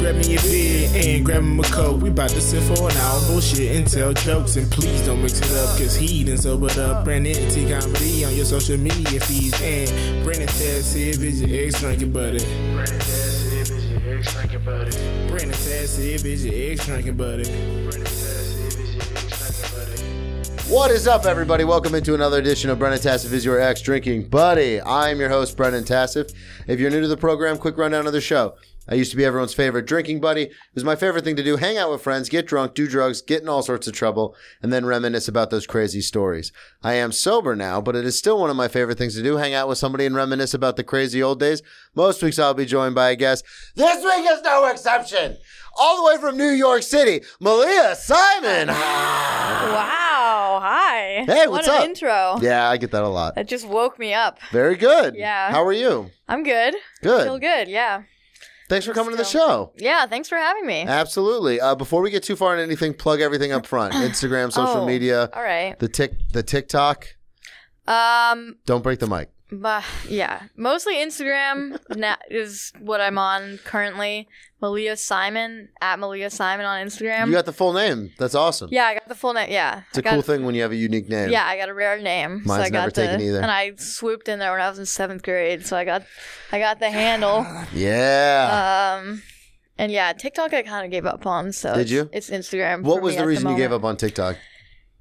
Grab me a beer and grab him a coat. We about to sit for an hour, bullshit and tell jokes. And please don't mix it up, cause he done sobered up. Brandon T Comedy on your social media feeds. And Brandon Taz if is your ex drinking buddy. Brandon Taz if is your ex drinking buddy. Brandon Taz if is your ex drinking buddy. Brandon Taz if is your ex drinking buddy. What is up, everybody? Welcome into another edition of Brennan Tassif is your ex drinking buddy. I'm your host, Brennan Tassif. If you're new to the program, quick rundown of the show. I used to be everyone's favorite drinking buddy. It was my favorite thing to do hang out with friends, get drunk, do drugs, get in all sorts of trouble, and then reminisce about those crazy stories. I am sober now, but it is still one of my favorite things to do hang out with somebody and reminisce about the crazy old days. Most weeks I'll be joined by a guest. This week is no exception. All the way from New York City, Malia Simon. Wow. Hey, Hi. what what's an up? intro. Yeah, I get that a lot. That just woke me up. Very good. Yeah. How are you? I'm good. Good. Feel good. Yeah. Thanks for coming to the show. Yeah. Thanks for having me. Absolutely. Uh, before we get too far in anything, plug everything up front: Instagram, social Oh, media, All right. the tick, the TikTok. Um. Don't break the mic. But yeah, mostly Instagram na- is what I'm on currently. Malia Simon at Malia Simon on Instagram. You got the full name. That's awesome. Um, yeah, I got the full name. Yeah. It's I a got- cool thing when you have a unique name. Yeah, I got a rare name. so Mine's I got never the, taken either. And I swooped in there when I was in seventh grade, so I got, I got the handle. Yeah. Um, and yeah, TikTok I kind of gave up on. So Ah. Did it's- you? It's Instagram. what for was me the at reason you gave moment. up on TikTok?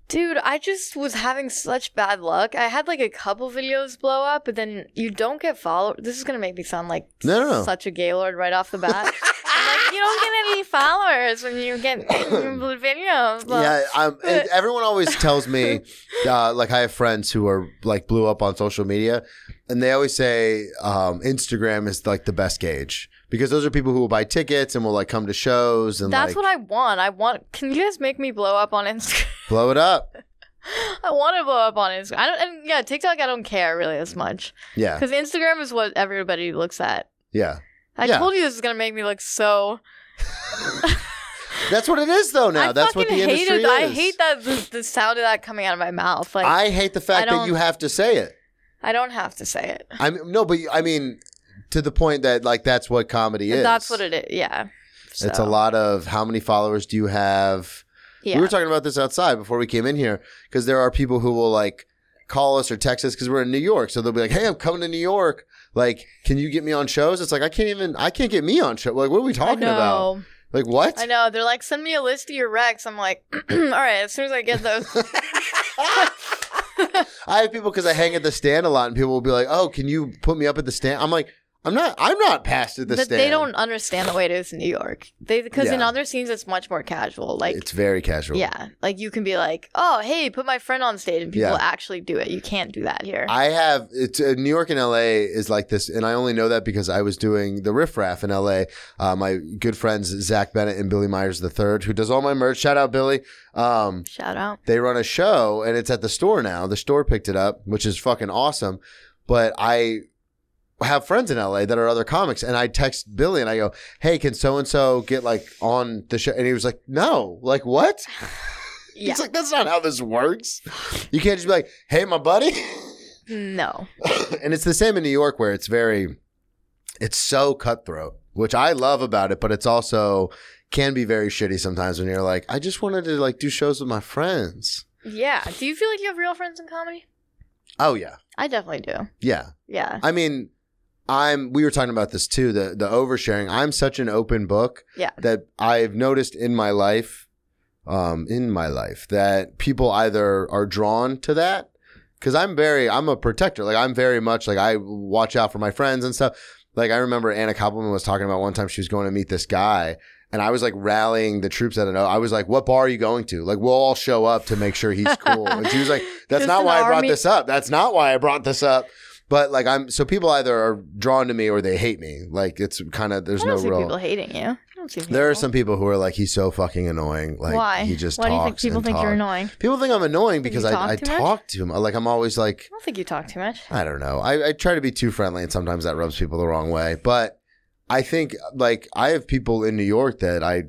Dude, I just was having such bad luck. I had like a couple videos blow up, but then you don't get followers. This is gonna make me sound like No, no, no. such a gaylord right off the bat. I'm like, you don't get any followers when you get videos. Well, yeah, I'm, but- everyone always tells me, uh, like I have friends who are like blew up on social media, and they always say um, Instagram is like the best gauge because those are people who will buy tickets and will like come to shows and That's like what I want. I want. Can you guys make me blow up on Instagram? blow it up. I want to blow up on Instagram. I don't. And yeah, TikTok. I don't care really as much Yeah, because Instagram is what everybody looks at. yeah. I Yeah. told you this is gonna make me look so. That's what it is, though. Now I that's what fucking the hate industry it. is. I hate that the, the sound of that coming out of my mouth. Like I, I hate the fact I that don't- you have to say it. don't have to say it. I mean, no, but you- I mean, to the point that like that's what comedy is. That's what it is. Yeah. It's So, a lot of how many followers do you have? Yeah. We were talking about this outside before we came in here because there are people who will like call us or text us because we're in New York. So they'll be like, "Hey, I'm coming to New York. Like, can you get me on shows?" It's like I can't even. I can't get me on show. Like, what are we I talking about? know. Like, what? I know. They're like, send me a list of your wrecks. I'm like, all right. As soon as I get those, I have people because I hang at the stand a lot, and people will be like, "Oh, can you put me up at the stand?" I'm like, "I'm not. I'm not past at the that stand." they don't understand the way it is in New York. They because in Yeah. other scenes it's much more casual. Like. it's very casual. yeah, like you can be like, "Oh, hey, put my friend on stage," and people Yeah. actually do it. You can't do that here. I have it's, uh, New York and LA is like this, and I only know that because I was doing the riff raff in LA. Uh, my good friends Zach Bennett and Billy Myers the third, who does all my merch. Shout out Billy. Um, Shout out. they run a show, and it's at the store now. The store picked it up, which is fucking awesome. But I have friends in LA that are other comics, and I text Billy and I go, "Hey, can so and so get like on the show?" And he was like, "No, like what?" Yeah. He's like, "That's not how this works. You can't just be like, hey, my buddy.'" no. and it's the same in New York where it's very, it's so cutthroat, which I love about it, but it's also can be very shitty sometimes when you're like, I just wanted to like do shows with my friends. Yeah. Do you feel like you have real friends in comedy? Oh yeah, I definitely do. yeah. Yeah. I mean, I'm. We were talking about this too. The the oversharing. I'm such an open book. Yeah. That I've noticed in my life, um, in my life that people either are drawn to that because I'm very. I'm a protector. Like I'm very much like I watch out for my friends and stuff. Like I remember Anna Koppelman was talking about one time she was going to meet this guy. And I was like rallying the troops. I don't know. I was like, "What bar are you going to? Like, we'll all show up to make sure he's cool." And she was like, "That's Just not an why I brought army- this up. That's not why I brought this up." But like I'm so people either are drawn to me or they hate me. Like it's kind of there's I don't no see people real. hating you. I don't don't see. There are people. some people who are like, he's so fucking annoying. Like Why? he just Why do you think talks. people and think you're talks. annoying? People think I'm annoying Think because you I, talk I too much? talk to him. Like I'm always like, I don't think you talk too much. I don't know. I, I try to be too friendly, and sometimes that rubs people the wrong way. But I think like I have people in New York that I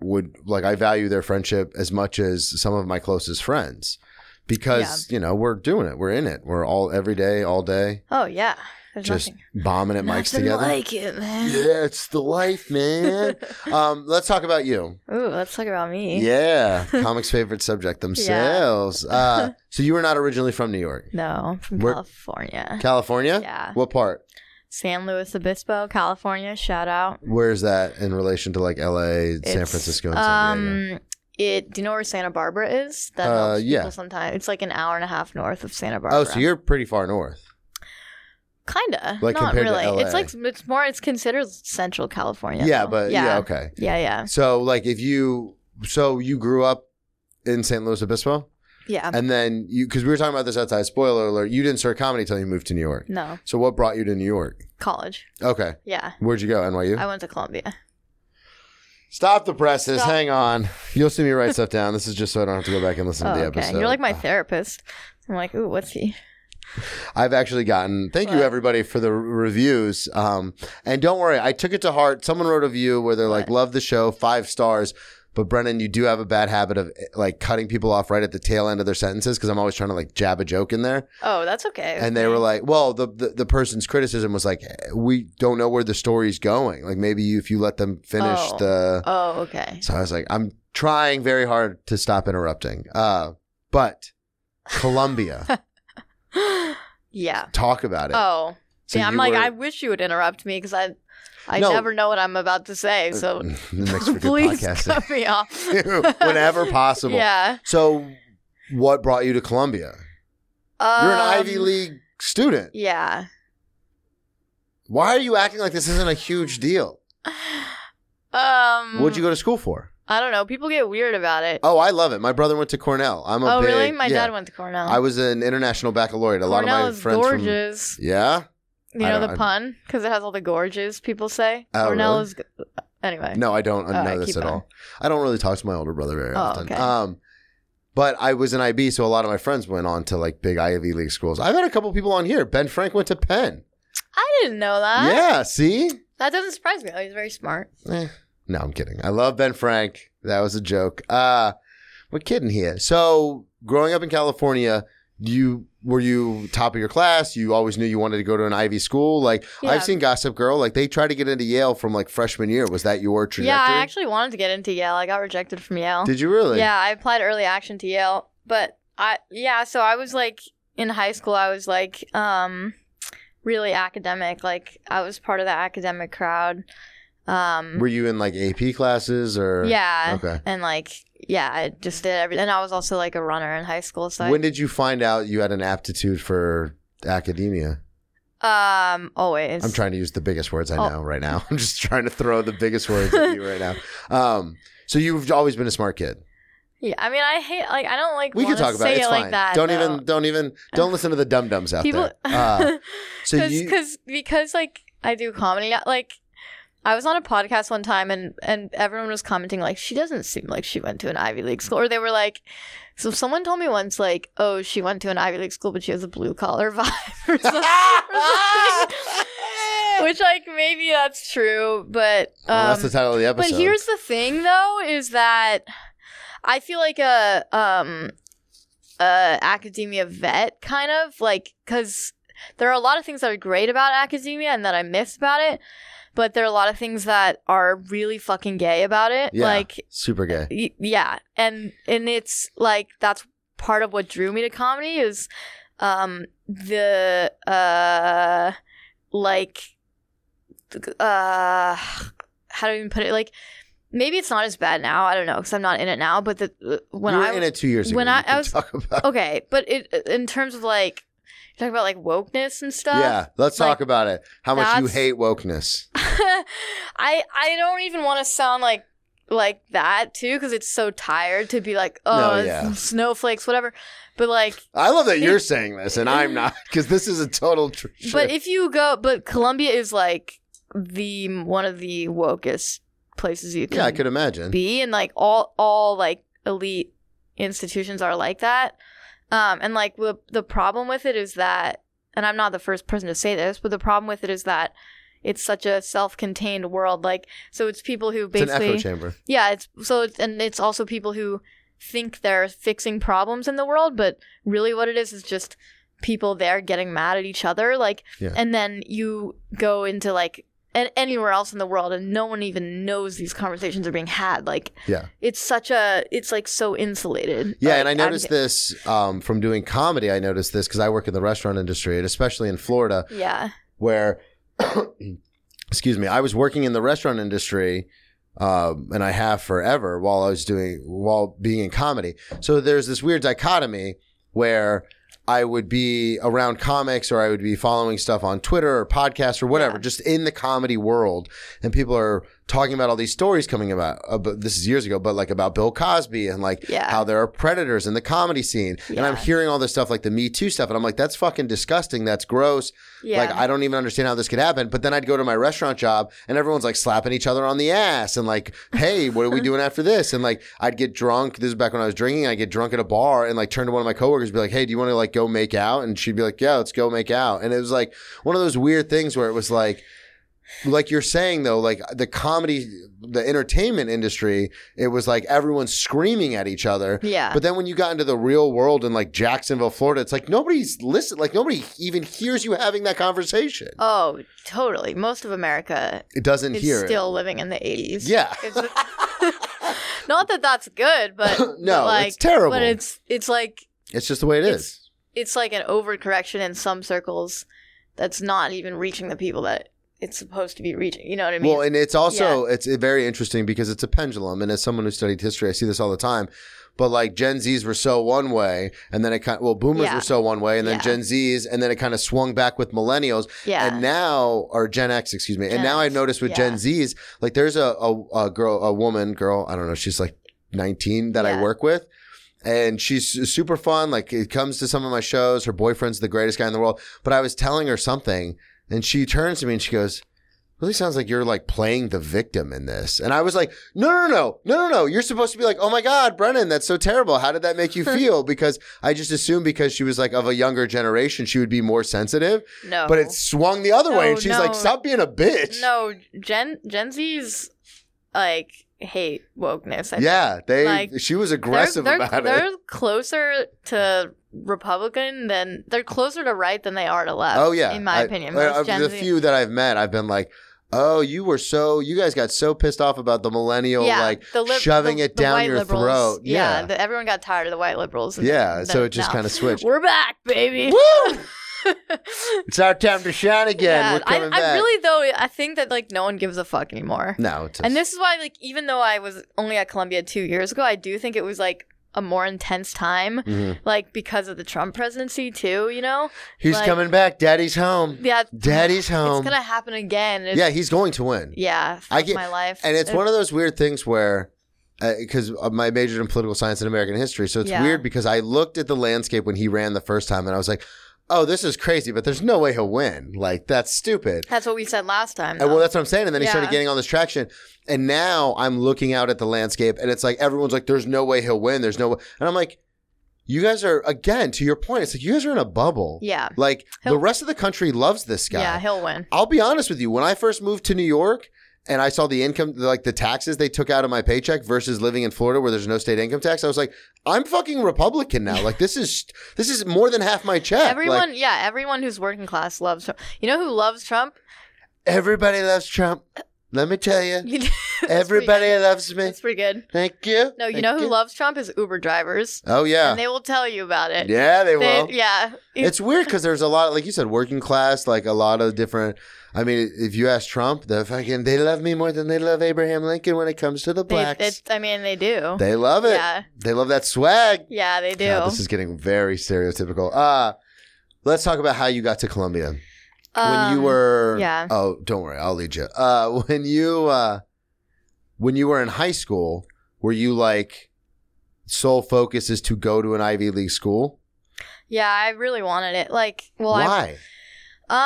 would like. I value their friendship as much as some of my closest friends because you know we're doing it. We're in it. We're all every day, all day, Oh yeah, there's just nothing. bombing at mics Nothing together. like it, man. yeah, it's the life, man. um, let's talk about you. Ooh, let's talk about me. Yeah, comics' favorite subject themselves. Uh, so you were not originally from New York, No, I'm from Where- California. California. Yeah. What part? San Luis Obispo, California. Shout out. Where is that in relation to like L.A., San It's, Francisco, and San Diego? Um, it. Do you know where Santa Barbara is? That Uh, helps yeah. people sometimes. It's like an hour and a half north of Santa Barbara. oh, so you're pretty far north. kinda like, not compared to really. It's LA. like it's more. It's considered Central California. Yeah, though. but yeah. yeah, okay. yeah, yeah, So like if you, so you grew up in San Luis Obispo, yeah. and then you because we were talking about this outside. Spoiler alert: you didn't start comedy until you moved to New York. no, So what brought you to New York? college. Okay, Yeah, where'd you go? NYU. I went to Columbia. Stop the presses. Stop. Hang on. You'll see me write stuff down. This is just so I don't have to go back and listen Oh, to the okay. episode. Uh, You're like my therapist. I'm like, ooh, what's he? I've actually gotten. Thank you What? everybody for the reviews. Um, and don't worry, I took it to heart. Someone wrote a review where they're like, What? "Love the show, five stars." But Brennan, you do have a bad habit of eh, like cutting people off right at the tail end of their sentences because I'm always trying to like jab a joke in there. Oh, that's okay. And they were like, "Well, the, the the person's criticism was like, eh, we don't know where the story's going. Like maybe you, if you let them finish Oh. the oh, okay. so I was like, I'm trying very hard to stop interrupting. Uh, but Columbia, yeah. talk about it. Oh, So yeah. I'm you like, were- I wish you would interrupt me because I, I No. never know what I'm about to say. So That makes uh, for good please podcasting. cut me off. Whenever possible. Yeah. So, what brought you to Columbia? Um, You're an Ivy League student. Yeah. Why are you acting like this isn't a huge deal? Um. What'd you go to school for? I don't know. People get weird about it. Oh, I love it. My brother went to Cornell. I'm a oh, big, really? My yeah. dad went to Cornell. I was an international baccalaureate. A lot Cornell of my is friends gorgeous. from yeah. You I know don't- the pun because it has all the gorges people say. Oh, Cornell really? is g- anyway. No, I don't All know right, this keep at going. all. I don't really talk to my older brother very Oh, often. okay. Um, but I was in IB, so a lot of my friends went on to like big Ivy League schools. I've had a couple people on here. Ben Frank went to Penn. I didn't know that. yeah, see? That doesn't surprise me. though. He's very smart. Eh, No, I'm kidding. I love Ben Frank. That was a joke. Uh, we're kidding here. So, growing up in California, you were you top of your class? You always knew you wanted to go to an Ivy school. Like Yeah. I've seen Gossip Girl. Like they tried to get into Yale from like freshman year. Was that your trajectory? Yeah, I actually wanted to get into Yale. I got rejected from Yale. Did you really? Yeah, I applied early action to Yale, but I yeah, so I was like in high school, I was like um really academic. Like I was part of the academic crowd. Um, Were you in like AP classes or? yeah, Okay. and like yeah, I just did everything. And I was also like a runner in high school, so I- When did you find out you had an aptitude for academia? um always. I'm trying to use the biggest words I Oh. know right now. I'm just trying to throw the biggest words at you right now. Um, so you've always been a smart kid. Yeah, I mean, I hate like I don't like. We can wanna talk about say it. It's like fine. that. don't though. even, don't even, don't listen to the dum dums out people there. Uh, so Cause, you, 'cause- because like I do comedy like I was on a podcast one time and and everyone was commenting like she doesn't seem like she went to an Ivy League school or they were like so someone told me once like oh she went to an Ivy League school but she has a blue collar vibe or something, which like maybe that's true but um, Well, oh, that's the title of the episode. but here's the thing, though, is that I feel like a um a academia vet kind of like because there are a lot of things that are great about academia and that I miss about it, but there are a lot of things that are really fucking gay about it. Yeah. Like super gay. y- yeah and and it's like that's part of what drew me to comedy is um the uh like uh how do I even put it like maybe it's not as bad now i don't know because i'm not in it now but the when you were i in it two years ago. when I- you can I was- talk about. okay but it in terms of like you talk about like wokeness and stuff yeah, let's like, talk about it. How much you that's- hate wokeness? I I don't even want to sound like like that too because it's so tired to be like oh No, yeah. s- snowflakes whatever, but like I love that you're It- saying this and I'm not because this is a total. Tr- but if you go but Columbia is like the one of the wokest places you can Yeah, I could imagine. be and like all all like elite institutions are like that um and like the the problem with it is that and i'm not the first person to say this but the problem with it is that it's such a self-contained world like so it's people who it's an echo basically chamber. yeah it's so it's, and it's also people who think they're fixing problems in the world but really what it is is just people there getting mad at each other like Yeah. and then you go into like and anywhere else in the world and no one even knows these conversations are being had like Yeah. it's such a it's like so insulated Yeah, Like, and I I'm- noticed this um, from doing comedy. I noticed this because I work in the restaurant industry, and especially in Florida, yeah where excuse me i was working in the restaurant industry um, and i have forever while i was doing while being in comedy so there's this weird dichotomy where i would be around comics or i would be following stuff on twitter or podcasts or whatever Yeah. just in the comedy world and people are talking about all these stories coming about about this is years ago but like about bill cosby and like Yeah. how there are predators in the comedy scene and i'm Yeah. hearing all this stuff like the me too stuff and i'm like that's fucking disgusting that's gross yeah like I don't even understand how this could happen. But then I'd go to my restaurant job and everyone's like slapping each other on the ass and like, hey, what are we doing after this? And like I'd get drunk. This is back when I was drinking. I would get drunk at a bar and like turn to one of my coworkers and be like, hey, do you want to like go make out? And she'd be like, yeah, let's go make out. And it was like one of those weird things where it was like, like you're saying though, like the comedy, the entertainment industry, it was like everyone's screaming at each other. yeah But then when you got into the real world in like Jacksonville, Florida, it's like nobody's listen, like nobody even hears you having that conversation. oh totally most of america It doesn't is hear. still living in the 80s Yeah. It's- not that that's good but No, but, like, it's terrible. but it's it's like it. It's just the way it it's- is. it's like an overcorrection in some circles that's not even reaching the people that it's supposed to be reaching. You know what I mean? well, and it's also it's very interesting because it's a pendulum, and as someone who studied history, I see this all the time. But like Gen Zs were so one way, and then it kind well Boomers Yeah. were so one way, and then Yeah. Gen Zs, and then it kind of swung back with Millennials, yeah. And now, or Gen X, excuse me. and Gen now I've X, noticed with yeah. Gen Zs, like there's a, a, a girl, a woman, girl, I don't know, she's like 19 that I Yeah. work with. And she's su- super fun. Like it comes to some of my shows. Her boyfriend's the greatest guy in the world. But I was telling her something and she turns to me and she goes, Really sounds like you're like playing the victim in this. And I was like, no, no, no, no, no, no. You're supposed to be like, oh my God, Brennan, that's so terrible. How did that make you feel? Because I just assumed because she was like of a younger generation, she would be more sensitive no. but it swung the other way, No, and she's no. like, "Stop being a bitch." no Gen Gen Z's like hate wokeness. I think. yeah, they. Like, she was aggressive they're, they're, about they're it. closer to Republican than they're closer to right than they are to left. Oh yeah, in my I- opinion, I- most of Gen the Z- few that I've met, I've been like, "Oh, you were so, you guys got so pissed off about the millennial, yeah, like the lib- shoving the- it the down white your liberals. throat." Yeah, Yeah, yeah. the- everyone got tired of the white liberals. and then- so then it just now. kind of switched. We're back, baby. Woo! It's our time to shine again. Yeah, We're coming I, back. I really though I think that like no one gives a fuck anymore. no, it's And this is why like even though I was only at Columbia 2 years ago, I do think it was like a more intense time Mhm. like because of the Trump presidency too, you know? he's like- coming back. Daddy's home. Yeah. Daddy's home. It's going to happen again. It's, yeah, he's going to win. Yeah. I I get- get, my life. And it's It- one of those weird things where, because my major in political science and American history, so it's Yeah. weird because I looked at the landscape when he ran the first time, and I was like, "Oh, this is crazy," but there's no way he'll win. Like that's stupid. That's what we said last time. And though. well, that's what I'm saying. And then he started Yeah. getting all this traction, and now I'm looking out at the landscape, and it's like everyone's like, "There's no way he'll win." There's no, way. and I'm like, "You guys are again to your point. It's like you guys are in a bubble. yeah. Like the He'll- rest of the country loves this guy. Yeah, he'll win. I'll be honest with you. When I first moved to New York and I saw the income, like the taxes they took out of my paycheck versus living in Florida where there's no state income tax, I was like, I'm fucking Republican now. Like this is this is more than half my check. Everyone, Like, yeah, everyone who's working class loves Trump. You know who loves Trump? everybody loves Trump. Let me tell you, That's pretty everybody good. loves me. That's pretty good. Thank you. No, you Thank know who loves Trump is Uber drivers. Oh yeah, And they will tell you about it. yeah, they will. They- yeah. It's weird because there's a lot, like you said, working class, like a lot of different. I mean, if you ask Trump, the fucking they love me more than they love Abraham Lincoln when it comes to the They- blacks. it's- I mean, they do. They love it. Yeah. They love that swag. yeah, they do. God, this is getting very stereotypical. Uh let's talk about how you got to Columbia. when you Um, were yeah. Oh, don't worry, I'll lead you. Uh when you uh when you were in high school, were you like sole focus is to go to an Ivy League school? Yeah, I really wanted it. Like, well, I Why?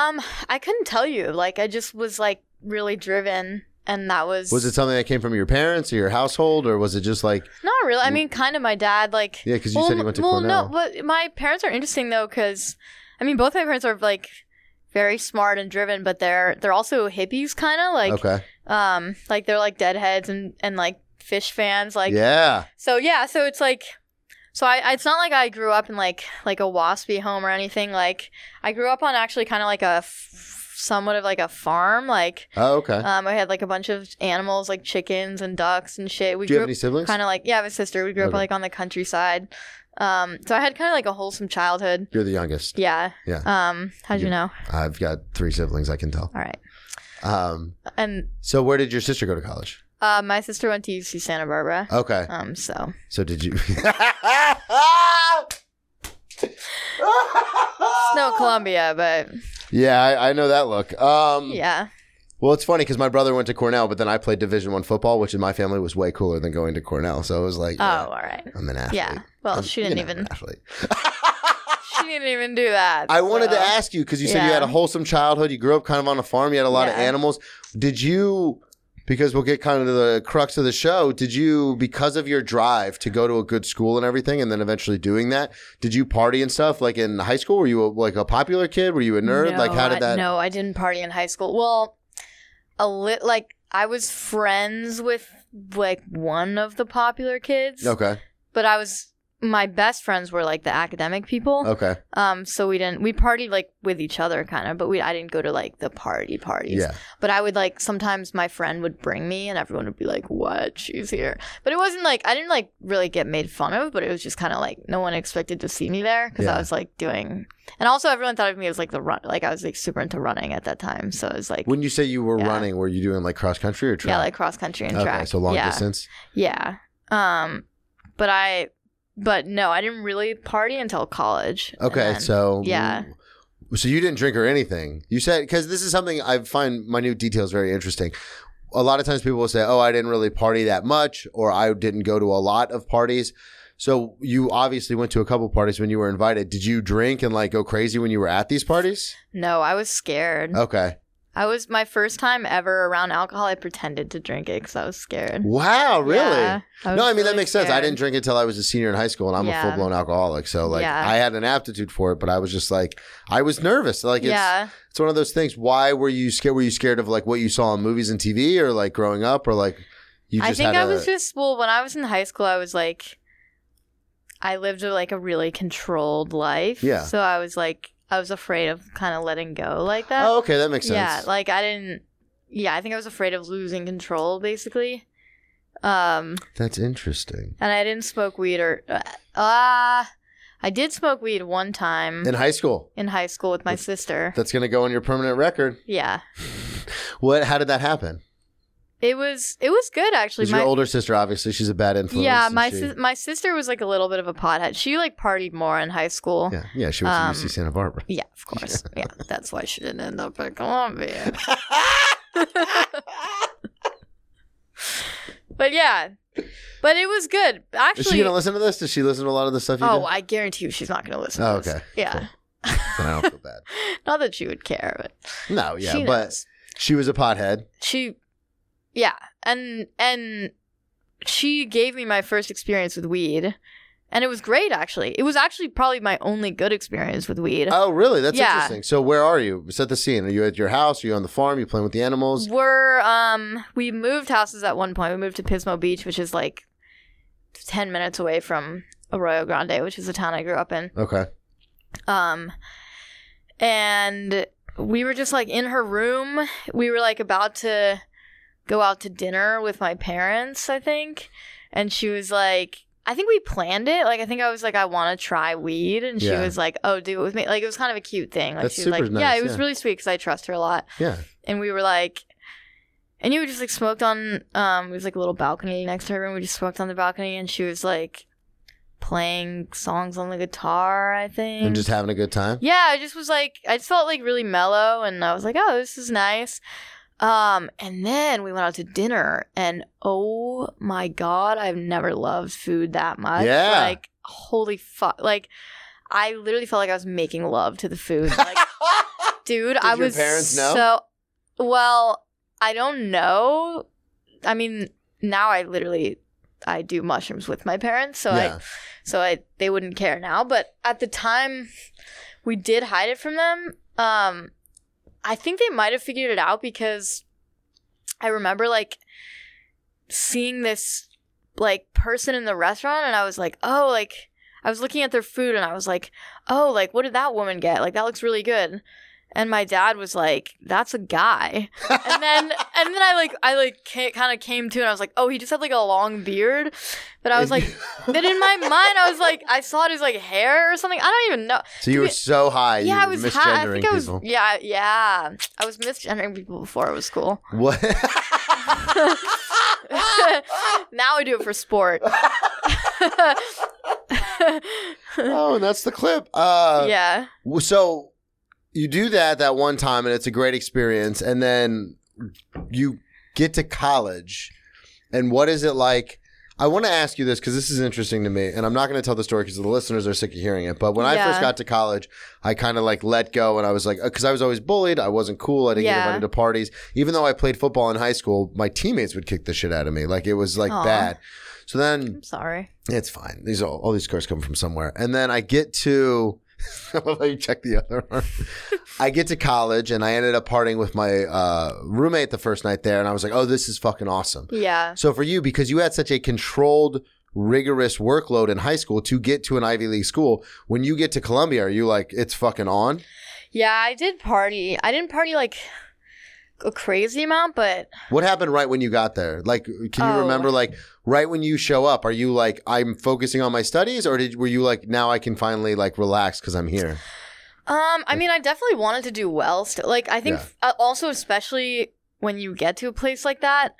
um, I couldn't tell you. Like, I just was like really driven, and that was Was it something that came from your parents or your household, or was it just like not really. I mean, kind of my dad like yeah? Because you said you went to well, Cornell. no, but my parents are interesting though, because I mean, both my parents are like very smart and driven, but they're they're also hippies, kind of like okay. um like they're like deadheads and and like fish fans, like yeah. so yeah, so it's like so I, I- it's not like I grew up in like like a waspy home or anything. Like I grew up on actually kind of like a f- somewhat of like a farm. Like Oh, okay. um, I had like a bunch of animals like chickens and ducks and shit. We Do you have grew any siblings? kind of like yeah, I have a sister. We grew up Okay. like on the countryside. Um, so I had kind of like a wholesome childhood. You're the youngest. Yeah. Yeah. Um, how'd you, You- know? I've got three siblings. I can tell. All right. Um, And so where did your sister go to college? uh, my sister went to UC Santa Barbara. Okay. Um, so So did you? no Columbia, but Mm. yeah, I, I know that look. Um, yeah. Well, it's funny because my brother went to Cornell, but then I played Division One football, which in my family was way cooler than going to Cornell. So it was like, yeah, Oh, all right. I'm an athlete. Yeah. Well, I'm- she you didn't know, even an athlete. she didn't even do that. I wanted so- to ask you because you said you Yeah. had a wholesome childhood. You grew up kind of on a farm. You had a lot of Yeah. animals. Did you? Because we'll get kind of to the crux of the show. Did you, because of your drive to go to a good school and everything, and then eventually doing that, did you party and stuff? Like in high school, were you a, like a popular kid? Were you a nerd? No, like how did I, that? No, I didn't party in high school. Well, a lit like I was friends with like one of the popular kids, Okay. but I was my best friends were like the academic people. Okay. Um, so we didn't we partied like with each other kind of, but we I didn't go to like the party parties. Yeah. But I would like sometimes my friend would bring me and everyone would be like, "What? She's here." But it wasn't like I didn't like really get made fun of, but it was just kind of like no one expected to see me there cuz Yeah. I was like doing And also everyone thought of me as like the run like I was like super into running at that time, so it was like When you say you were Yeah. running, were you doing like cross country or track? yeah, like cross country and okay, track. so long yeah. distance. Yeah. Um but I but no, I didn't really party until college. And Okay, then- so yeah. so you didn't drink or anything. You said because this is something I find minute details very interesting. A lot of times people will say, "Oh, I didn't really party that much," or "I didn't go to a lot of parties." So you obviously went to a couple parties when you were invited. Did you drink and like go crazy when you were at these parties? no, I was scared. Okay. I was my first time ever around alcohol. I pretended to drink it because I was scared. Wow, oh, really? Yeah, no, was I mean that really makes sense. I scared. didn't drink until I was a senior in high school, and I'm a Yeah. full blown alcoholic. So like Yeah. I had an aptitude for it, but I was just like I was nervous. Like it's, yeah, it's one of those things. Why were you scared? Were you scared of like what you saw in movies and TV, or like growing up, or like you just I think had I a- was just well. When I was in high school, I was like, I lived a, like a really controlled life. Yeah. So I was like, I was afraid of kind of letting go like that. oh okay that makes sense. yeah, like I didn't. Yeah, I think I was afraid of losing control, basically. Um, That's interesting. and I didn't smoke weed or ah, I did smoke weed one time In high school, in high school with my sister. that's gonna go on your permanent record. yeah. What? How did that happen? It was it was good actually. 'Cause My, your older sister, obviously, she's a bad influence. yeah, and my she, sis my sister was like a little bit of a pothead. She like partied more in high school. Yeah, yeah, yeah, she went to um, UC Santa Barbara. of course. yeah, that's why she didn't end up at Columbia. but yeah, but it was good Is she actually. gonna listen to this? Does she listen to a lot of the stuff you Oh, do? I guarantee you she's not going to listen. Oh, to this. okay. Yeah, then I don't feel bad. not that she would care, but No, Oh, yeah, she but knows. she was a pothead. she, yeah, and and she gave me my first experience with weed, and it was great actually. It was actually probably my only good experience with weed. Oh, really? That's Yeah. interesting. So, where are you? Set the scene. Are you at your house? Are you on the farm? Are you playing with the animals? We're um we moved houses at one point. We moved to Pismo Beach, which is like ten minutes away from Arroyo Grande, which is the town I grew up in. Okay. Um and we were just like in her room. We were like about to go out to dinner with my parents, I think. And she was like I think we planned it. Like I think I was like I want to try weed and she Yeah. was like, "Oh, do it with me." Like it was kind of a cute thing. Like That's she was super like, "Yeah, nice, it was yeah. really sweet cuz I trust her a lot." Yeah. and we were like and you were just like smoked on um it was like a little balcony next to her and we just smoked on the balcony and she was like playing songs on the guitar i think And just having a good time. yeah i just was like i just felt like really mellow and i was like oh this is nice um and then we went out to dinner and oh my god i've never loved food that much Yeah. like holy fuck like i literally felt like i was making love to the food like dude i your was parents know? so well I don't know. I mean, now I literally I do mushrooms with my parents, so I yeah. so I they wouldn't care now. But at the time, we did hide it from them. Um, I think they might have figured it out because I remember like seeing this like person in the restaurant, and I was like, oh, like I was looking at their food, and I was like, oh, like what did that woman get? Like that looks really good. And my dad was like, "That's a guy," and then and then I like I like kind of came to, and I was like, "Oh, he just had like a long beard," but I was like, but in my mind, I was like, I saw it as like hair or something. I don't even know. so you were so high. you yeah, I were was misgendering high. I think I was. people. Yeah, yeah. I was misgendering people before it was cool. What? now I do it for sport. oh, and that's the clip. Uh, yeah. w- So you do that that one time, and it's a great experience. And then you get to college, and what is it like? I want to ask you this because this is interesting to me, and I'm not going to tell the story because the listeners are sick of hearing it. But when I first Yeah. got to college, I kind of like let go, and I was like, because I was always bullied, I wasn't cool, I didn't get Yeah. invited to parties. Even though I played football in high school, my teammates would kick the shit out of me, like it was like Aw. bad. So then I'm sorry. it's fine. These all all these cars come from somewhere. And then I get to I love how you check the other arm. I get to college and I ended up partying with my uh, roommate the first night there, and I was like, "Oh, this is fucking awesome." Yeah. So for you, because you had such a controlled, rigorous workload in high school to get to an Ivy League school, when you get to Columbia, are you like, "It's fucking on"? Yeah, I did party. I didn't party like a crazy amount, but What happened right when you got there? Like, can you Oh. remember like right when you show up? Are you like, "I'm focusing on my studies," or did were you like, "Now I can finally like relax because I'm here"? Um, I mean, I definitely wanted to do well. Still, like I think Yeah. uh, also especially when you get to a place like that,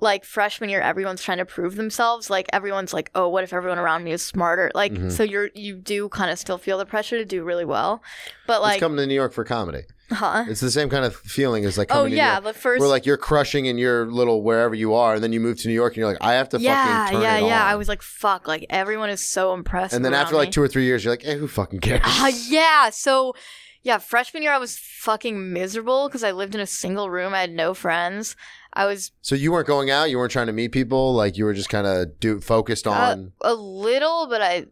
like freshman year, everyone's trying to prove themselves. Like everyone's like, oh, what if everyone around me is smarter? Like Mhm. so you're you do kind of still feel the pressure to do really well, but Let's like, come to New York for comedy. huh? It's the same kind of feeling as like Oh coming to yeah, New York. but first, Where like you're crushing in your little wherever you are, and then you move to New York, and you're like, I have to yeah, fucking turn yeah, it yeah. on. I was like, fuck, like everyone is so impressed. and then after around like me. two or three years, you're like, eh, who fucking cares? Uh, yeah. So, yeah, freshman year I was fucking miserable because I lived in a single room. I had no friends. I was So you weren't going out, you weren't trying to meet people, like you were just kind of do focused Uh, on. a little, but I,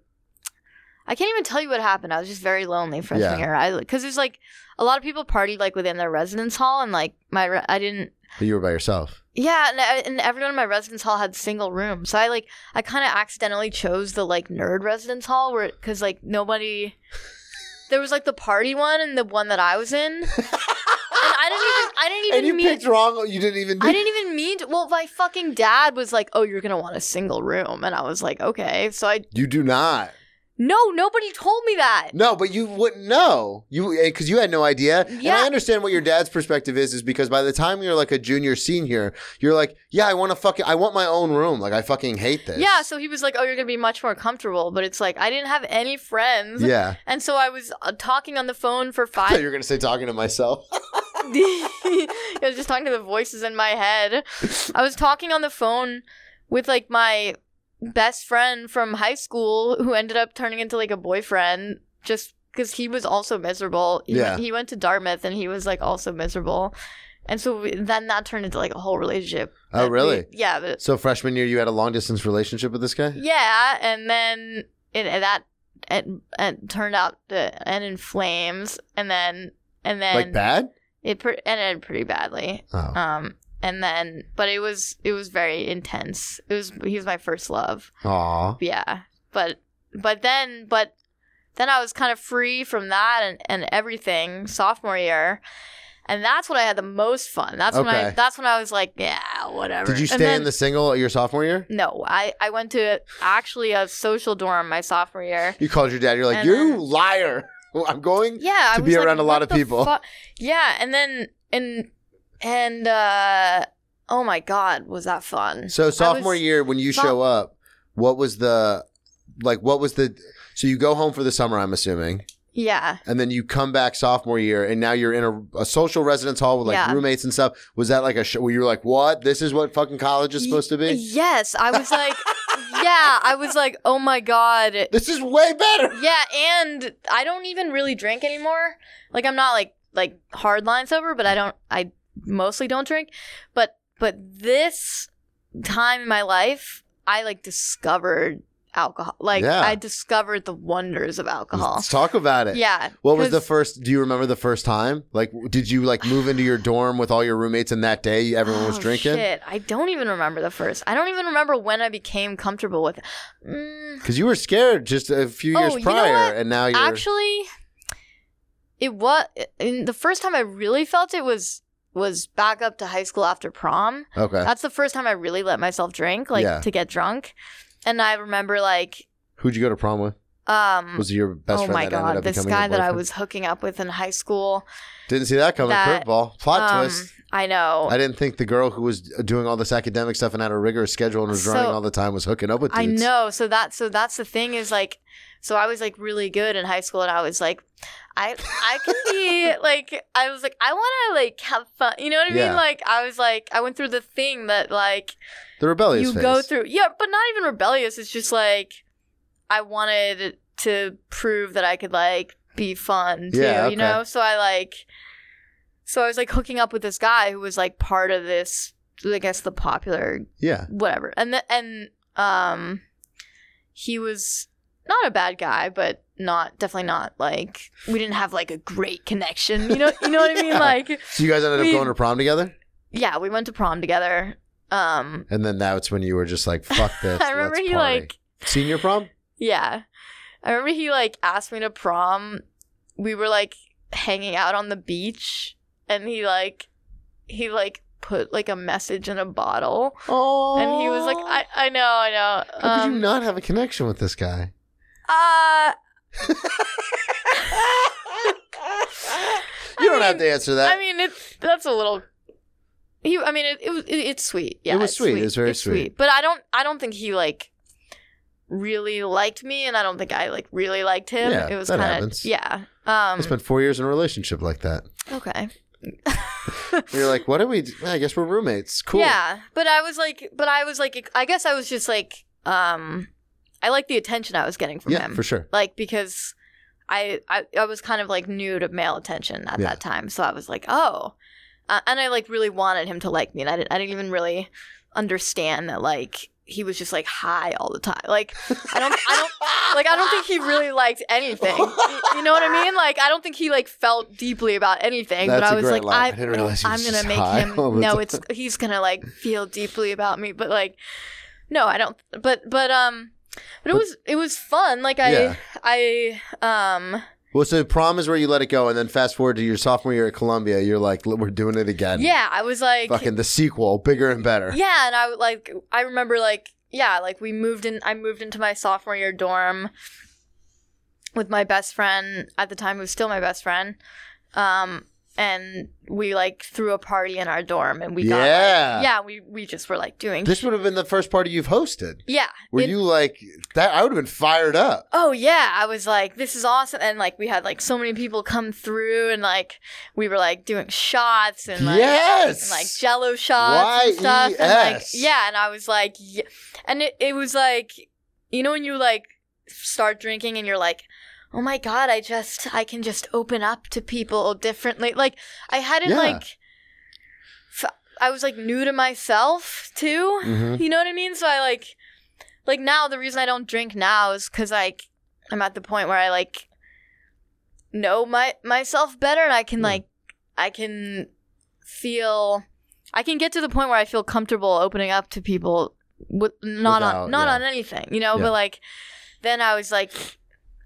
I can't even tell you what happened. I was just very lonely Yeah. freshman year. I because there's like a lot of people partied like within their residence hall, and like my re- I didn't. But you were by yourself. Yeah, and, I- and everyone in my residence hall had single rooms, so I like I kind of accidentally chose the like nerd residence hall where because like nobody. There was like the party one and the one that I was in, and I didn't even I didn't and you even meet picked wrong. You didn't even. Do- I didn't even mean to. Well, my fucking dad was like, "Oh, you're gonna want a single room," and I was like, "Okay." So I you do not. no, nobody told me that. No, but you wouldn't know. You because you had no idea. And Yeah. I understand what your dad's perspective is, is because by the time you're like a junior senior, you're like, yeah, I want to fucking, I want my own room. Like I fucking hate this. Yeah, so he was like, "Oh, you're gonna be much more comfortable," but it's like I didn't have any friends, Yeah. and so I was uh, talking on the phone for I thought you five. were gonna say talking to myself. Oh, I was just talking to the voices in my head. I was talking on the phone with like my best friend from high school, who ended up turning into like a boyfriend, just because he was also miserable. He, Yeah. he went to Dartmouth, and he was like also miserable, and so we, then that turned into like a whole relationship. Oh, that we- really? yeah, but So freshman year, you had a long distance relationship with this guy. Yeah, and then it, and that it, it turned out to end in flames, and then and then like bad. it pre- ended pretty badly. Oh. Um, and then but it was it was very intense. It was he was my first love. Aw. Yeah, but but then but then I was kind of free from that and and everything sophomore year. And that's when I had the most fun. That's when I Okay. that's when I was like, yeah, whatever. Did you And stay then- in the single your sophomore year? no, I, I went to actually a social dorm my sophomore year. You called your dad. You're like, And you then- liar. I'm going. Yeah, I To was be like, around a lot what of the people. fu- yeah, and then and and uh, oh my god, was that fun? So sophomore was- year, when you so- show up, what was the, like, what was the? So you go home for the summer, I'm assuming, Yeah, and then you come back sophomore year, and now you're in a, a social residence hall with like Yeah. roommates and stuff. Was that like a show where you were like, what? This is what fucking college is supposed to be. yes, I was like, yeah, I was like, oh my god, This is way better. yeah, and I don't even really drink anymore. Like I'm not like like hardline sober, but I don't I mostly don't drink, but but this time in my life, I like discovered alcohol. Like Yeah. I discovered the wonders of alcohol. Let's talk about it. Yeah. What was the 'cause- first? Do you remember the first time? Like, did you like move into your dorm with all your roommates, and that day everyone was Oh, drinking? Shit. I don't even remember the first. I don't even remember when I became comfortable with it. Mm, Because you were scared just a few Oh, years you know prior, what? and now you're actually, it was the first time I really felt it was was back up to high school after prom. okay. That's the first time I really let myself drink, like Yeah. to get drunk. And I remember like Who'd you go to prom with? um Was it your best oh friend? my that ended god, up this becoming your guy that I boyfriend? was hooking up with in high school. didn't see that coming. that, Curveball, plot Um, twist. I know. I didn't think the girl who was doing all this academic stuff and had a rigorous schedule and was So- running all the time was hooking up with dudes. I know. So that so that's the thing is like so I was like really good in high school and I was like I I can be like I was like I want to like have fun. You know what I Yeah. mean? Like I was like I went through the thing that like the rebellious you phase. go through yeah but not even rebellious it's just like i wanted to prove that i could like be fun too Yeah, okay. you know so i like so i was like hooking up with this guy who was like part of this i guess the popular Yeah, whatever and the, and um he was not a bad guy but not definitely not like we didn't have like a great connection you know you know what i mean Yeah. like so you guys ended up We- going to prom together, yeah we went to prom together um and then that's when you were just like, "Fuck this." i remember let's he party. like senior prom. Yeah. I remember he like asked me to prom. We were like hanging out on the beach and he like he like put like a message in a bottle Oh, and he was like I um, I know, I know. How could you not have a connection with this guy? uh You don't mean- have to answer that. I mean it's that's a little he I mean it, it was it, it's sweet. Yeah. It was it's sweet. It was very It's sweet. But I don't I don't think he like really liked me and I don't think I like really liked him. Yeah, it was that kind of happens. yeah. Um I spent four years in a relationship like that. okay. We were like, what do we? do? I guess we're roommates. Cool. Yeah, but I was like, but I was like, I guess I was just like, um, I like the attention I was getting from yeah, him, for sure. like because I, I I was kind of like new to male attention at Yeah. that time, so I was like, oh, uh, and I like really wanted him to like me, and I didn't I didn't even really understand that like he was just like high all the time, like I don't I don't. Like I don't think he really liked anything. Y- You know what I mean? Like I don't think he like felt deeply about anything. That's but I a was great like, line. I, I didn't realize he I'm was gonna just make high him. all the No, time. it's he's gonna like feel deeply about me. But like, no, I don't. But but um, but But- it was it was fun. Like I Yeah. I um Well, so prom is where you let it go, and then fast forward to your sophomore year at Columbia, you're like, we're doing it again. yeah I was like Fucking the sequel, bigger and better. yeah, and I would, like I remember like yeah like we moved in. I moved into my sophomore year dorm with my best friend at the time, who's still my best friend. Um, and we like threw a party in our dorm, and we got like- Yeah. yeah we we just were like doing This would have been the first party you've hosted. yeah Were it- you like that? I would have been fired up. oh yeah i was like this is awesome and like we had like so many people come through and like we were like doing shots and like Yes! E and, like jello shots and stuff and like Y.E.S.. yeah and i was like yeah. and it, it was like you know when you like start drinking and you're like oh my god i just i can just open up to people differently like i hadn't Yeah. like f- i was like new to myself too Mhm. you know what I mean? So I like, like now the reason I don't drink now is because like I'm at the point where I like know my myself better, and I can Yeah. like I can feel I can get to the point where I feel comfortable opening up to people with not Without- on not yeah. on anything, you know. Yeah. But like then I was like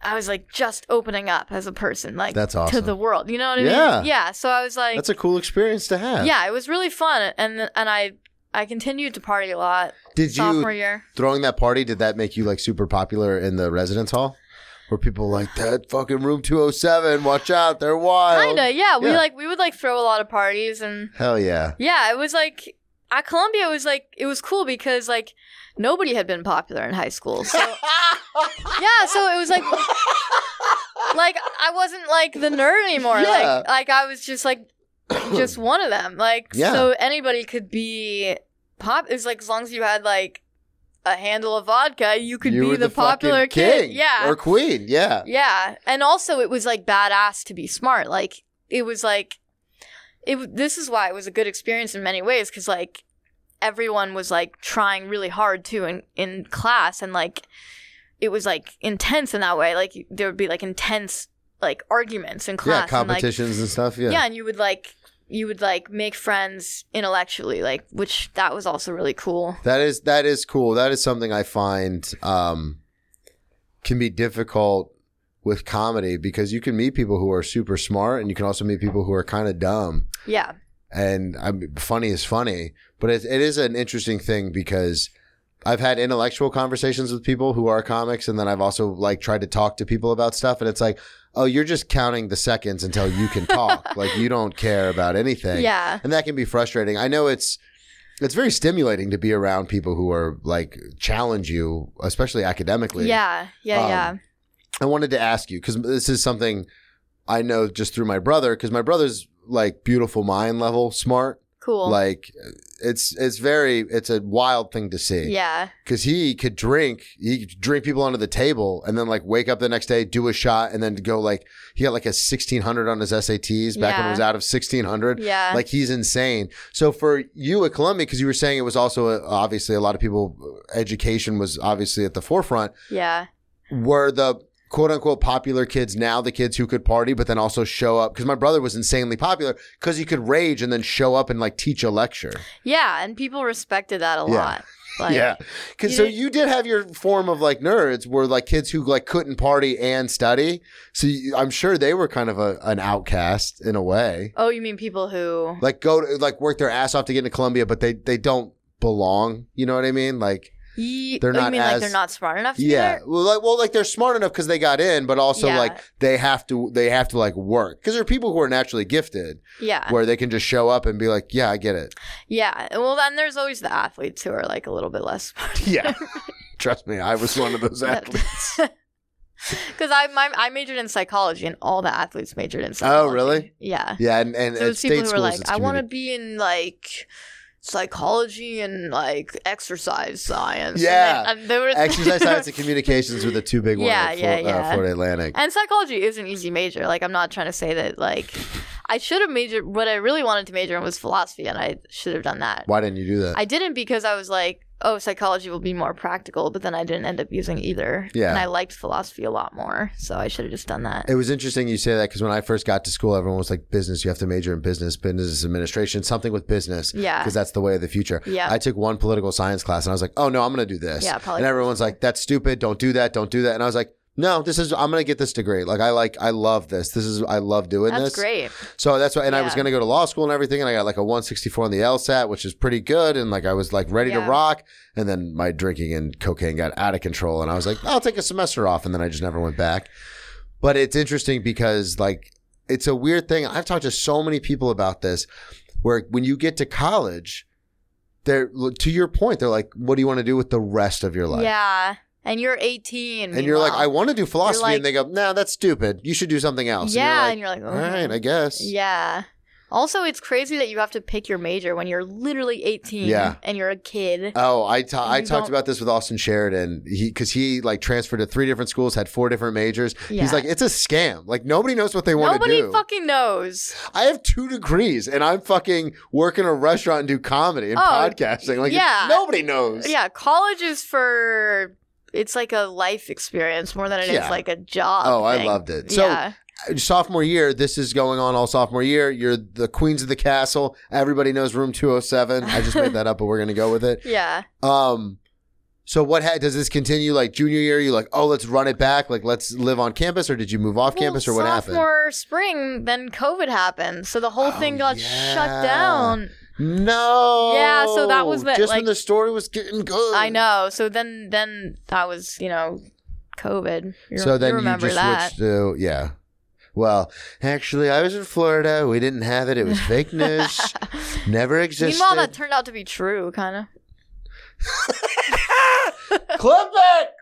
I was like just opening up as a person, like That's to awesome. the world. You know what I Yeah. mean? Yeah. So I was like, That's a cool experience to have. yeah, it was really fun, and and I I continued to party a lot Did you sophomore year. throwing that party? Did that make you like super popular in the residence hall? Were people like that fucking room 207? Watch out, they're wild. Kinda, yeah. We Oh, yeah. like we would like throw a lot of parties and Hell yeah. yeah, it was like at Columbia it was like it was cool because like nobody had been popular in high school. So yeah, so it was like like I wasn't like the nerd anymore. Yeah. Like like I was just like just one of them. Like Yeah. so anybody could be pop it was like as long as you had like a handle of vodka, you could You be were the, fucking popular king kid. Yeah. or queen. Yeah, Yeah. And also it was like badass to be smart. Like it was like it w- this is why it was a good experience in many ways because like everyone was like trying really hard too in in class and like it was like intense in that way like there would be like intense like arguments in yeah, class and, competitions and stuff. Yeah. like, yeah and you would like you would like make friends intellectually like which that was also really cool That is that is cool. That is something I find um, can be difficult with comedy because you can meet people who are super smart and you can also meet people who are kind of dumb. yeah And I mean, funny is funny, but it, it is an interesting thing because I've had intellectual conversations with people who are comics, and then I've also like tried to talk to people about stuff, and it's like, oh, you're just counting the seconds until you can talk. like you don't care about anything yeah and that can be frustrating. I know it's it's very stimulating to be around people who are like challenge you, especially academically. yeah yeah Um, yeah I wanted to ask you because this is something I know just through my brother because my brother's like beautiful mind level smart. cool Like it's it's very it's a wild thing to see. yeah Because he could drink, he could drink people under the table, and then like wake up the next day, do a shot, and then go like he got like a sixteen hundred on his SATs back when Yeah. it was out of sixteen hundred. yeah Like he's insane. So for you at Columbia, because you were saying it was also a, obviously a lot of people, uh, education was obviously at the forefront. yeah Were the quote unquote popular kids now the kids who could party, but then also show up? Because my brother was insanely popular because he could rage and then show up and like teach a lecture. yeah and people respected that a Yeah. lot like Because You so didn't- you did have your form of like nerds were like kids who like couldn't party and study. So you, I'm sure they were kind of a, an outcast in a way. oh you mean people who like go to like work their ass off to get into Columbia, but they they don't belong. You know what I mean? Like Ye- They're oh, you not mean as- like they're not smart enough to yeah, do well like well like they're smart enough because they got in, but also Yeah. like they have to they have to like work because there are people who are naturally gifted that? yeah where they can just show up and be like, yeah, I get it. yeah well then there's always the athletes who are like a little bit less smart Yeah, trust me, I was one of those athletes. because I my, I majored in psychology and all the athletes majored in Oh, psychology really? yeah Yeah, and and so at it's people state who schools, are like it's I want to community- be in like psychology and like exercise science Yeah. and, they, and they were exercise science and communications were the two big ones Yeah, at Fort, yeah, Uh, yeah. Florida Atlantic. And psychology is an easy major. Like I'm not trying to say that like I should have majored what I really wanted to major in was philosophy and I should have done that. Why didn't you do that? I didn't because I was like, oh, psychology will be more practical, but then I didn't end up using either. Yeah. And I liked philosophy a lot more, so I should have just done that. It was interesting you say that because when I first got to school, everyone was like, "Business, you have to major in business, business administration, something with business, Yeah. because that's the way of the future." Yeah. I took one political science class and I was like, "Oh no, I'm going to do this," Yeah, probably. and everyone's like, "That's stupid. Don't do that. Don't do that." And I was like, "No, this is. I'm going to get this degree. Like, I like, I love this. This is. I love doing That's this. great. So that's why. And I was Yeah. going to go to law school and everything, and I got like a 164 on the LSAT, which is pretty good, and like I was like ready to Yeah. rock. And then my drinking and cocaine got out of control, and I was like, I'll take a semester off, and then I just never went back. But it's interesting because like it's a weird thing. I've talked to so many people about this, where when you get to college, they're to your point, they're like, what do you want to do with the rest of your life? yeah. And you're 18. And you're like, I meanwhile. want to do philosophy, like- and they go, No, that's stupid. You should do something else. Yeah, and and you're you're like, like, all right, I guess. Yeah. Also, it's crazy that you have to pick your major when you're literally 18 Yeah. and you're a kid. Oh, I ta- And I you talked don't- about this with Austin Sheridan. He because he like transferred to three different schools, had four different majors. He's Yeah. like, it's a scam. Like nobody knows what they want to Nobody do. fucking knows. I have two degrees, and I'm fucking work in a restaurant and do comedy and Oh, podcasting. Like yeah. nobody knows. Yeah, college is for it's like a life experience more than it is Yeah. like a job. Oh, I thing. loved it. So- yeah, Sophomore year, this is going on all sophomore year. You're the queens of the castle. Everybody knows room 207. I just made that up, but we're gonna go with it. yeah. Um, so what ha- does this continue? Like junior year, you like, oh, let's run it back. Like let's live on campus, or did you move off campus, or Well, what happened? sophomore spring, then COVID happened, so the whole Oh, thing got yeah. shut down. No. Yeah, so that was the, just when like- the story was getting good. I know. So then, then that was you know, COVID. You, so then you, remember just that? switched to yeah. Well, actually, I was in Florida. We didn't have it. It was fake news. Never existed. Meanwhile, that turned out to be true, kind of. Clip it.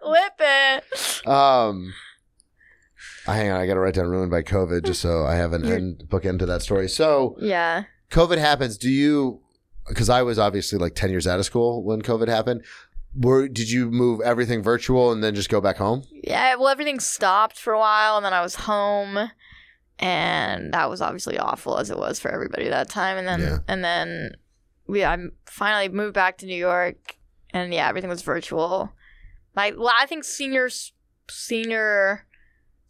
Clip it. Um. I- Hang on, I gotta write down "ruined by COVID" just so I have an You're- end book end to that story. So, Yeah. COVID happens, do you? Because I was obviously like ten years out of school when COVID happened. Were did you move everything virtual and then just go back home? Yeah, well, everything stopped for a while, and then I was home, and that was obviously awful as it was for everybody that time. And then Yeah. and then we I finally moved back to New York, and yeah, everything was virtual. My la- I think senior s- senior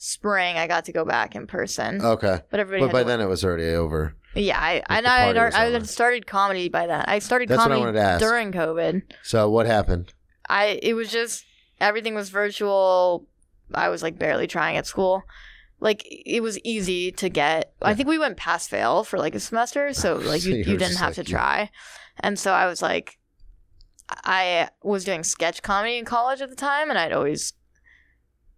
spring I got to go back in person, Okay. but everybody. Oh, But had by to work. then it was already over. yeah, I, like, and the I had, party was ar- I over. had started comedy by then. I started That's what I comedy wanted to ask. during COVID. So what happened? I it was just everything was virtual. I was like barely trying at school. Like it was easy to get. I Yeah. think we went pass fail for like a semester, so like So you, you you, were didn't just have like, to yeah. try. And so I was like, I was doing sketch comedy in college at the time, and I'd always,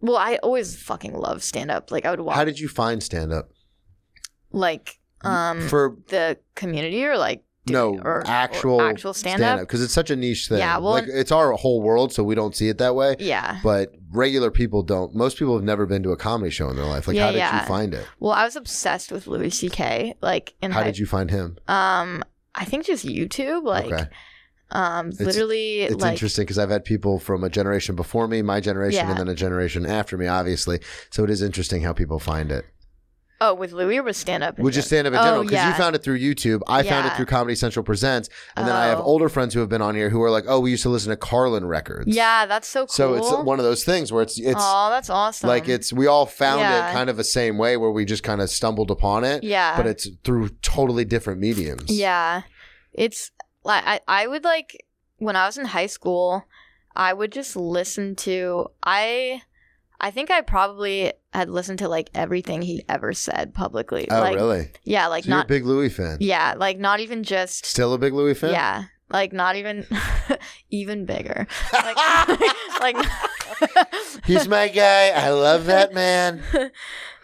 well, I always fucking loved stand up. Like I would watch How did you find stand up? like um For the community or like no doing- or- or actual actual stand up. because it's such a niche thing. Yeah, well- like it's our whole world, so we don't see it that way. Yeah. But regular people don't. Most people have never been to a comedy show in their life. Like, Yeah, how did yeah. you find it? Well, I was obsessed with Louis C.K. Like in How high did you find him? Um, I think just YouTube, like, Okay. um, literally, It's like, interesting because I've had people from a generation before me, my generation, Yeah. and then a generation after me, obviously. So it is interesting how people find it. oh, with Louis or with stand up. Would you stand up in Oh, general? Because you yeah. found it through YouTube. I found it Yeah. through Comedy Central Presents. And then I have Oh. older friends who have been on here who are like, oh, we used to listen to Carlin records. Yeah, that's so cool. So it's one of those things where it's, it's, oh, that's awesome. like it's we all found it Yeah. kind of the same way where we just kind of stumbled upon it yeah, but it's through totally different mediums yeah, it's like I, I would like when I was in high school, I would just listen to I. I think I probably had listened to like everything he ever said publicly. oh like, really Yeah, like so you're a not. big louis fan yeah, like not even just. still a big louis fan Yeah, like not even, even bigger. Like, like he's my guy i love that man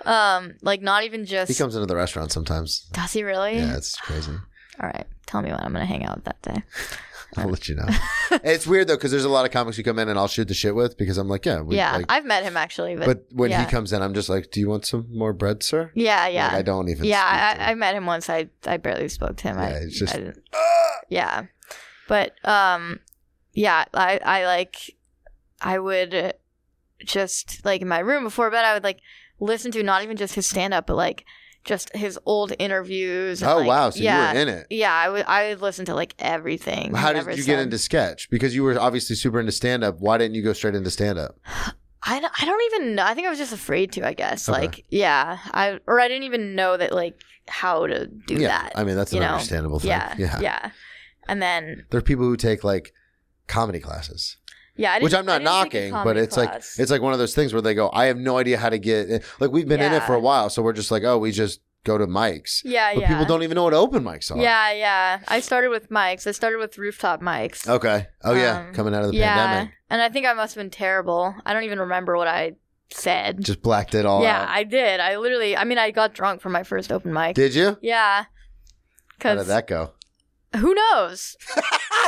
um, like not even just. he comes into the restaurant sometimes Does he really? yeah it's crazy All right, tell me when I'm gonna hang out that day. i'll let you know it's weird though because there's a lot of comics who come in and i'll shoot the shit with because i'm like yeah we, yeah, like, I've met him actually, but, but when yeah. he comes in i'm just like do you want some more bread sir yeah, Like, i yeah, don't even yeah. speak to I, I him. met him once. I I barely spoke to him. I, Yeah, it's just- Ah! I didn't, yeah, but um, yeah, I I like I would just like in my room before bed, I would like listen to not even just his stand up, but like just his old interviews. and, oh like, wow so yeah, you were in it yeah, I would I would listen to like everything. How he did ever you said. get into sketch? Because you were obviously super into stand up. Why didn't you go straight into stand up? I don't, I don't even know. I think I was just afraid to. I guess Okay. like yeah, I or I didn't even know that like how to do yeah, that. I mean that's you an know? understandable thing. yeah, Yeah, yeah, And then There are people who take like comedy classes, yeah, I didn't, which I'm not I didn't take a knocking, but comedy it's class. like it's like one of those things where they go, I have no idea how to get. Like we've been in it Yeah. for a while, so we're just like, oh, we just go to mics, yeah, but yeah. people don't even know what open mics are. Yeah, yeah. I started with mics. I started with rooftop mics. Okay. Oh yeah, Um, coming out of the yeah, pandemic, and I think I must have been terrible. I don't even remember what I said. just blacked it all yeah, out. I did. I literally. I mean, I got drunk for my first open mic. Did you? yeah, How did because that go? who knows?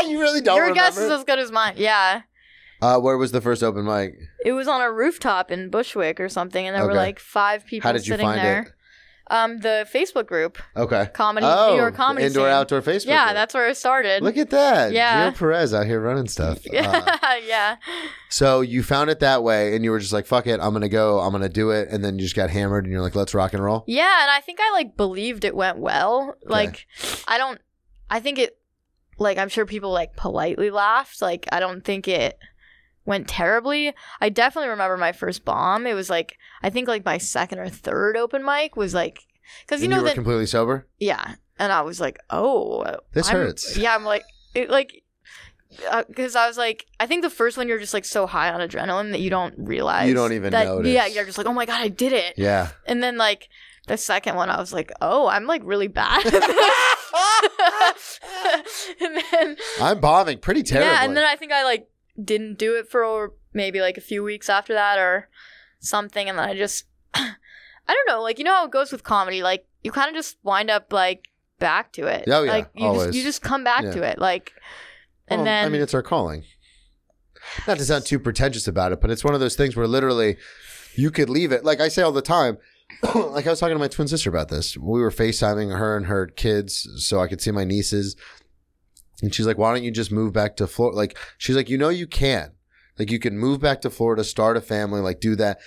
you really don't Your guess is remember. as good as mine. Yeah. uh, where was the first open mic? It was on a rooftop in Bushwick or something, and there were Okay. like five people How did you sitting find there. it? Um, the Facebook group, Okay. comedy, New York comedy Oh, indoor scene. outdoor Facebook. yeah, group. that's where I started. look at that. Yeah. Gio Perez out here running stuff. Uh, yeah, yeah, so you found it that way, and you were just like, "Fuck it, I'm gonna go, I'm gonna do it," and then you just got hammered, and you're like, "Let's rock and roll." yeah. And I think I like believed it went well. Like, I don't. I think it. Like, I'm sure people like politely laughed. Like, I don't think it went terribly. I definitely remember my first bomb. It was like I think like my second or third open mic was like because And you you know were that completely sober. Yeah, and I was like, oh, This I'm- hurts. Yeah, I'm like, it, like, because I was like, I think the first one you're just like so high on adrenaline that you don't realize You don't even that, notice. Yeah, you're just like, oh my god, I did it. Yeah. And then like the second one, I was like, oh, I'm like really bad. at this. and then I'm bombing pretty terribly. yeah, and then I think I like didn't do it for maybe like a few weeks after that or something, and then I just I don't know, like you know how it goes with comedy, like you kind of just wind up like back to it. Oh, yeah, like you always. just you just come back Yeah. to it, like and Well, then I mean, it's our calling. Not to sound too pretentious about it, but it's one of those things where literally you could leave it. Like I say all the time, like I was talking to my twin sister about this. We were FaceTiming her and her kids so I could see my nieces. And she's like, why don't you just move back to Florida? Like, she's like, you know, you can. Like, you can move back to Florida, start a family, like, do that.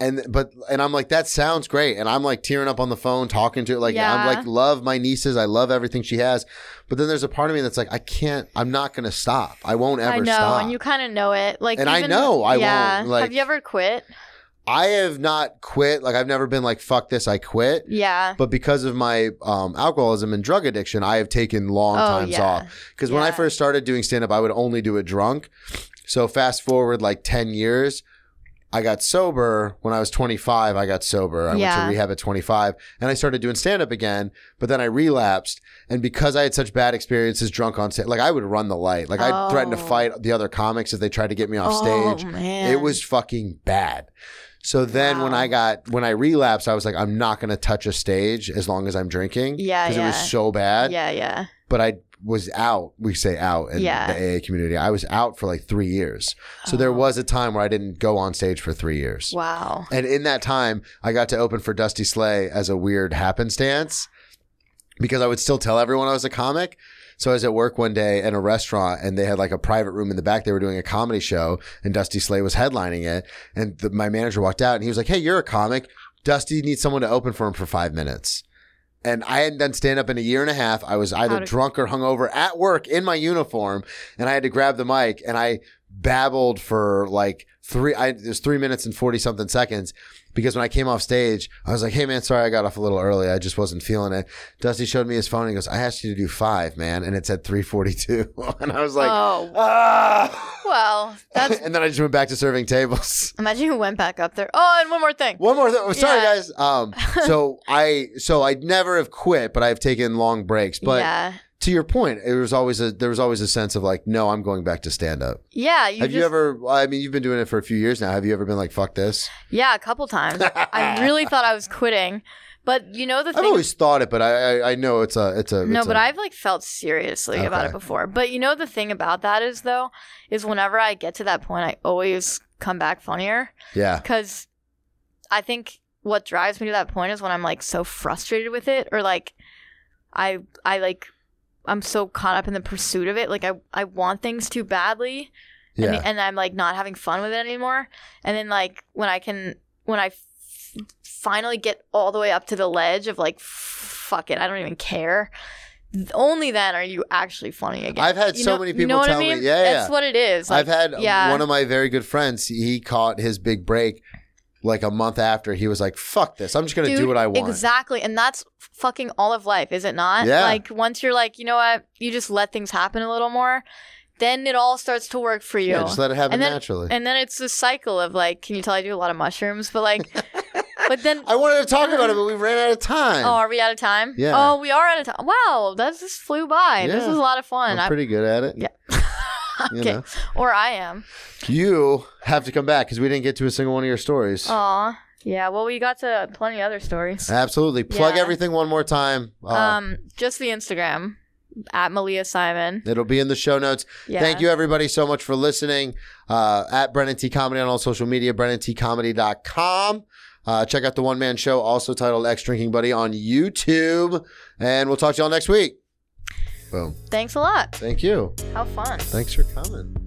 and but and I'm like that sounds great, and I'm like tearing up on the phone talking to it. Like I'm Yeah. like love my nieces, I love everything she has, but then there's a part of me that's like I can't, I'm not gonna stop, I won't ever I know, stop. and you kind of know it. Like, And I even- know I yeah. won't, like- have you ever quit? I have not quit, like I've never been like fuck this, I quit. Yeah. But because of my um, alcoholism and drug addiction, I have taken long Oh, times yeah. off. Because when I Yeah. first started doing stand up, I would only do it drunk. So fast forward like 10 years, I got sober. When I was 25, I got sober. I went Yeah. to rehab at 25 and I started doing stand up again, but then I relapsed. And because I had such bad experiences drunk on stage, like I would run the light. Like I threatened to Oh. fight the other comics if they tried to get me off oh, stage. Man. It was fucking bad. So then when Wow. I got when I relapsed, I was like, I'm not gonna touch a stage as long as I'm drinking. Yeah, Because it yeah. was so bad. Yeah, yeah. But I was out, we say out in Yeah. the AA community. I was out for like three years. So there Oh. was a time where I didn't go on stage for three years. Wow. And in that time, I got to open for Dusty Slay as a weird happenstance because I would still tell everyone I was a comic. So I was at work one day in a restaurant and they had like a private room in the back. They were doing a comedy show and Dusty Slay was headlining it. And the, my manager walked out and he was like, Hey, you're a comic. Dusty needs someone to open for him for five minutes. And I hadn't done stand up in a year and a half. I was either How'd it- drunk or hungover at work in my uniform and I had to grab the mic and I babbled for like three, I, it was three minutes and 40 something seconds because when I came off stage, I was like, Hey man, sorry, I got off a little early. I just wasn't feeling it. Dusty showed me his phone. And he goes, I asked you to do five, man. And it said 342. and I was like, oh. ah. Well, that's. and then I just went back to serving tables. imagine you went back up there. Oh, and one more thing. One more thing. Oh, sorry, Yeah. guys. Um, so I, so I never have quit, but I've taken long breaks. But yeah. to your point, it was always a, there was always a sense of like, no, I'm going back to stand up. Yeah. You have just, you ever, I mean, you've been doing it for a few years now. Have you ever been like, fuck this? Yeah, a couple times. I really thought I was quitting, but you know the I've thing. always thought it, but I, I, I know it's a, it's a, no, it's but a- i I've like felt seriously about Okay. it before. But you know the thing about that is though, is whenever I get to that point, I always come back funnier yeah, because I think what drives me to that point is when I'm like so frustrated with it or like I I like I'm so caught up in the pursuit of it. Like I I want things too badly. yeah. and, and I'm like not having fun with it anymore. And then like when I can, when I f- finally get all the way up to the ledge of like, fuck it, I don't even care. th- Only then are you actually funny again. I've had You so know- many you people know what tell I me- mean? yeah, yeah. that's what it is. Like, I've had yeah. one of my very good friends. He caught his big break like a month after. He was like, "Fuck this! I'm just gonna do Dude, what I want." Exactly, and that's fucking all of life, is it not? Yeah. Like once you're like, you know what, you just let things happen a little more, then it all starts to work for you. Yeah, just let it happen And then- naturally. and then it's this cycle of like, can you tell I do a lot of mushrooms? But like, but then I wanted to talk about it, but we ran out of time. Oh, are we out of time? Yeah. Oh, we are out of time. Wow, that just flew by. This Yeah. was a lot of fun. I'm pretty good at it. Yeah. You, okay. know. Or I am. You have to come back because we didn't get to a single one of your stories. Aw. Yeah. Well, we got to plenty other stories. Absolutely. Plug Yeah. everything one more time. Uh, um, just the Instagram at Malia Simon. It'll be in the show notes. Yeah. Thank you, everybody, so much for listening. Uh, at Brennan T Comedy on all social media, BrennanTComedy.com. Uh, check out the one man show, also titled X Drinking Buddy, on YouTube. And we'll talk to y'all next week. Boom. Thanks a lot. Thank you. How fun. Thanks for coming.